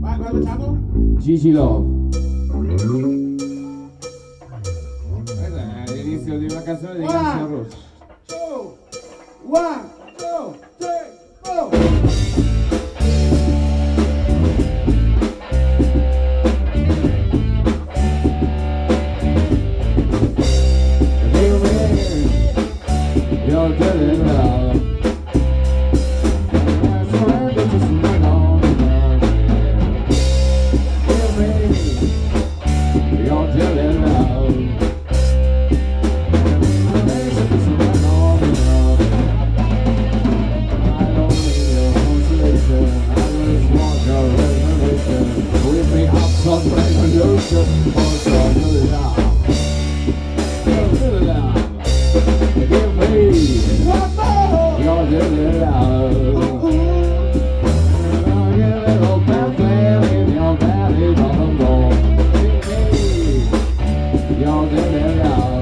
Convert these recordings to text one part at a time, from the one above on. Vai, vai lanciato? Gigi Love. Guarda, è l'inizio di una canzone dei Ora! Guns N' Roses. Two, one, two, three, four. You're good enough. You're good enough. You're good enough.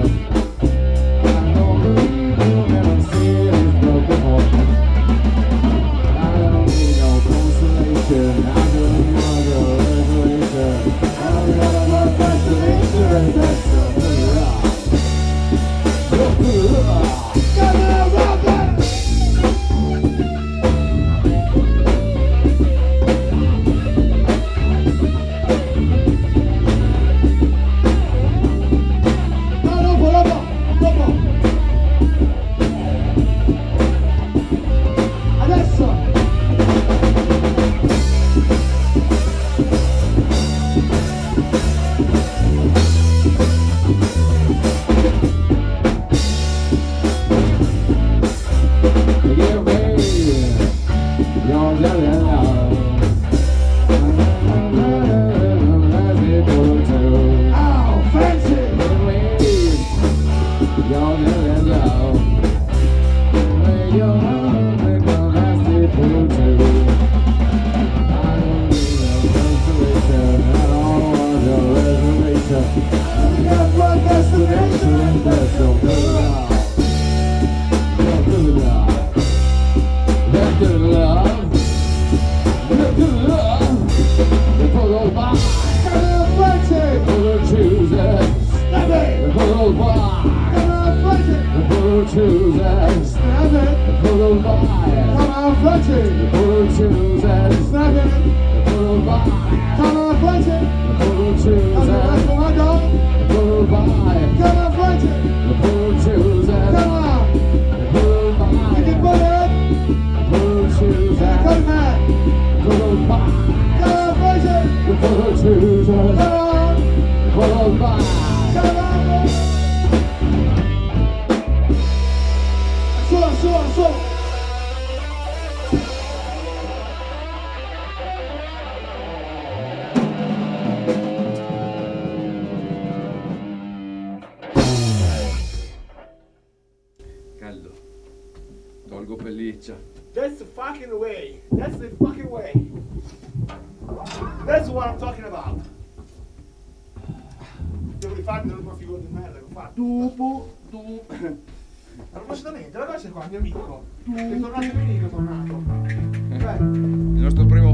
No, no, Colombo, Colombo. Adesso. Ow, Francis. Francis. Chooses, Stab it. the whole wide. Come on, Francis. The Bull chooses, Stab the it. Bull buys. Come on, Francis. The Bull chooses, the Stab it. Bull buys. Come on, Francis. The Bull Come chooses, on, dog. the Bull buys. Come on, Francis. The Bull chooses, Come on. the Bull You can buys. put it. The Bull chooses, Come the on. Bull buys. Come on, Francis. The Bull chooses, the Come Bull on. buys. Come on. Solo, solo, solo. Caldo. Tolgo pelliccia. That's the fucking way. That's the fucking way. That's what I'm talking about. Devo rifarmi un'altra figura di merda che fa dopo, dopo. A proposito niente, la cosa qua, mio amico. È tornato Cioè, in che è tornato. Beh, Il nostro primo